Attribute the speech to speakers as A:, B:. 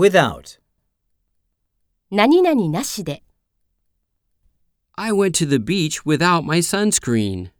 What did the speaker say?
A: Without.
B: 何々なしで。
C: I went to the beach without my sunscreen.